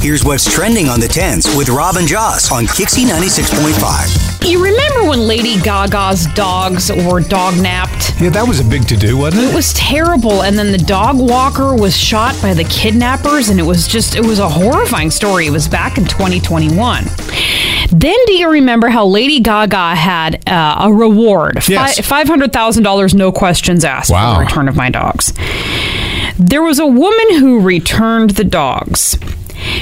Here's what's trending on the 10s with Robin Joss on Kixie 96.5. You remember when Lady Gaga's dogs were dog napped? Yeah, that was a big to do, wasn't It was terrible, and then the dog walker was shot by the kidnappers, and it was just, it was a horrifying story. It was back in 2021. Then do you remember how Lady Gaga had uh, a reward? Yes. Fi- $500,000, no questions asked for Wow. the return of my dogs. There was a woman who returned the dogs.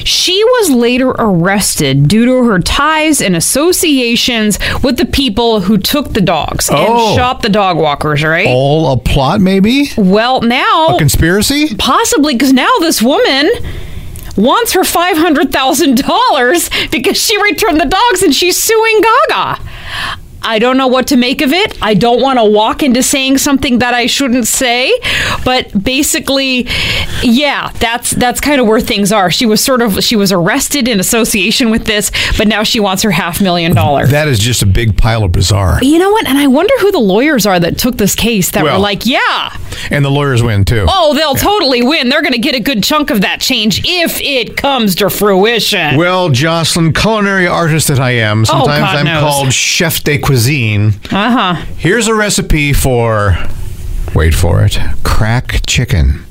She was later arrested due to her ties and associations with the people who took the dogs Oh. and shot the dog walkers, right? All a plot, maybe? Well, now, A conspiracy? possibly because now this woman wants her $500,000 because she returned the dogs and she's suing Gaga. I don't know what to make of it. I don't want to walk into saying something that I shouldn't say, but basically, yeah, that's that's kind of where things are. She was sort of she was arrested in association with this, but now she wants her half million dollars. That is just a big pile of bizarre. you know what? And I wonder who the lawyers are that took this case that Well- were like, yeah, And the lawyers win, too. Oh, they'll totally win. They're going to get a good chunk of that change if it comes to fruition. Well, Jocelyn, culinary artist that I am, sometimes Oh, God I'm knows. called chef de cuisine. Uh huh. Here's a recipe for, wait for it, crack chicken.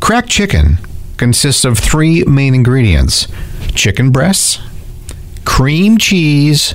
Crack chicken consists of three main ingredients chicken breasts, cream cheese,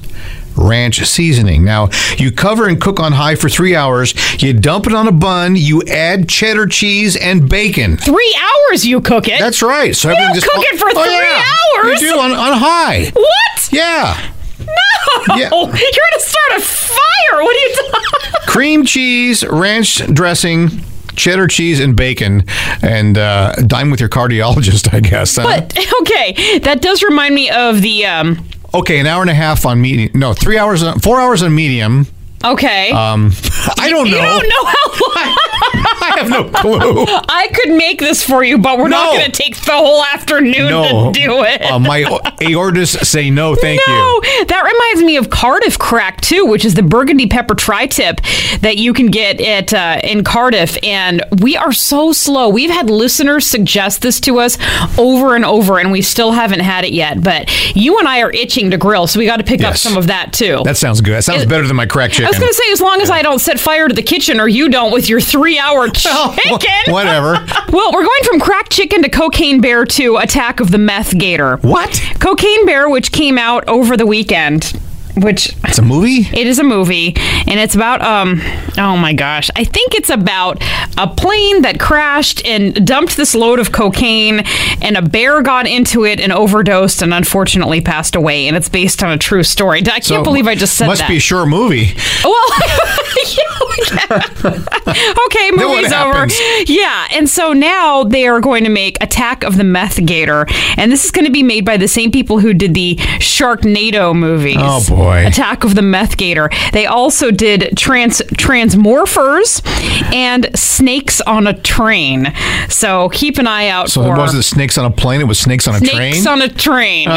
ranch seasoning. Now, you cover and cook on high for three hours, you dump it on a bun, you add cheddar cheese and bacon. Three hours you cook it. That's right. So everything just cook it for three three hours? You do on, on high. what? Yeah. No. Yeah. You're going to start a fire. What are you talking? cream cheese, ranch dressing, cheddar cheese, and bacon, and uh, dine with your cardiologist, I guess. huh? But okay, that does remind me of the um. okay, an hour and a half on medium. No, three hours, on, four hours on medium. Okay. Um, I don't know. you don't know how long I have no clue. I could make this for you, but we're not No. going to take the whole afternoon no, to do it. Uh, my aortas say no, thank no, you. that reminds me of Cardiff crack too, which is the burgundy pepper tri-tip that you can get at uh, in Cardiff. And we are so slow. We've had listeners suggest this to us over and over, and we still haven't had it yet. But you and I are itching to grill, so we got to pick up Yes. some of that too. That sounds good. That sounds better than my crack chicken. I was going to say, as long as I don't set fire to the kitchen or you don't with your three-hour Oh, wh- chicken. Whatever. Well, we're going from crack chicken to cocaine bear to attack of the meth gator. What? Cocaine Bear, which came out over the weekend, which It's a movie? it is a movie, and it's about um oh my gosh, I think it's about a plane that crashed and dumped this load of cocaine, and a bear got into it and overdosed and unfortunately passed away, and it's based on a true story. I can't So, believe I just said Must that. be a sure movie. Well, yeah. okay, Then what movie's over. happens? Yeah, and so now they are going to make Attack of the Meth Gator, and this is going to be made by the same people who did the Sharknado movies. Oh, boy. Attack of the Meth Gator. They also did Trans Transmorphers and Snakes on a Train. So keep an eye out So for it wasn't snakes on a plane, it was snakes on a train. Snakes on a train,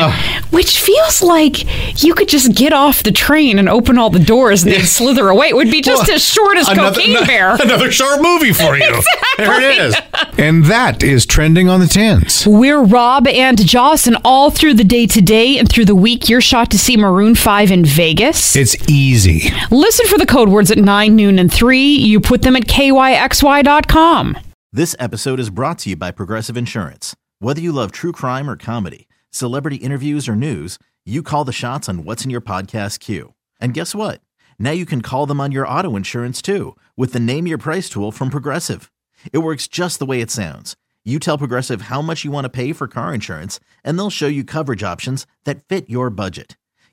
which feels like you could just get off the train and open all the doors and they'd slither away. It would be just Well, as short as cocaine ano- bear. Another sharp movie for you. There it is. And that is trending on the tens. We're Rob and Joss, and all through the day today and through the week, you're shot to see Maroon 5 in Vegas. It's easy. Listen for the code words at 9, noon, and 3. You put them at kyxy.com. This episode is brought to you by Progressive Insurance. Whether you love true crime or comedy, celebrity interviews or news, you call the shots on what's in your podcast queue. And guess what? Now you can call them on your auto insurance too with the Name Your Price tool from Progressive. It works just the way it sounds. You tell Progressive how much you want to pay for car insurance, and they'll show you coverage options that fit your budget.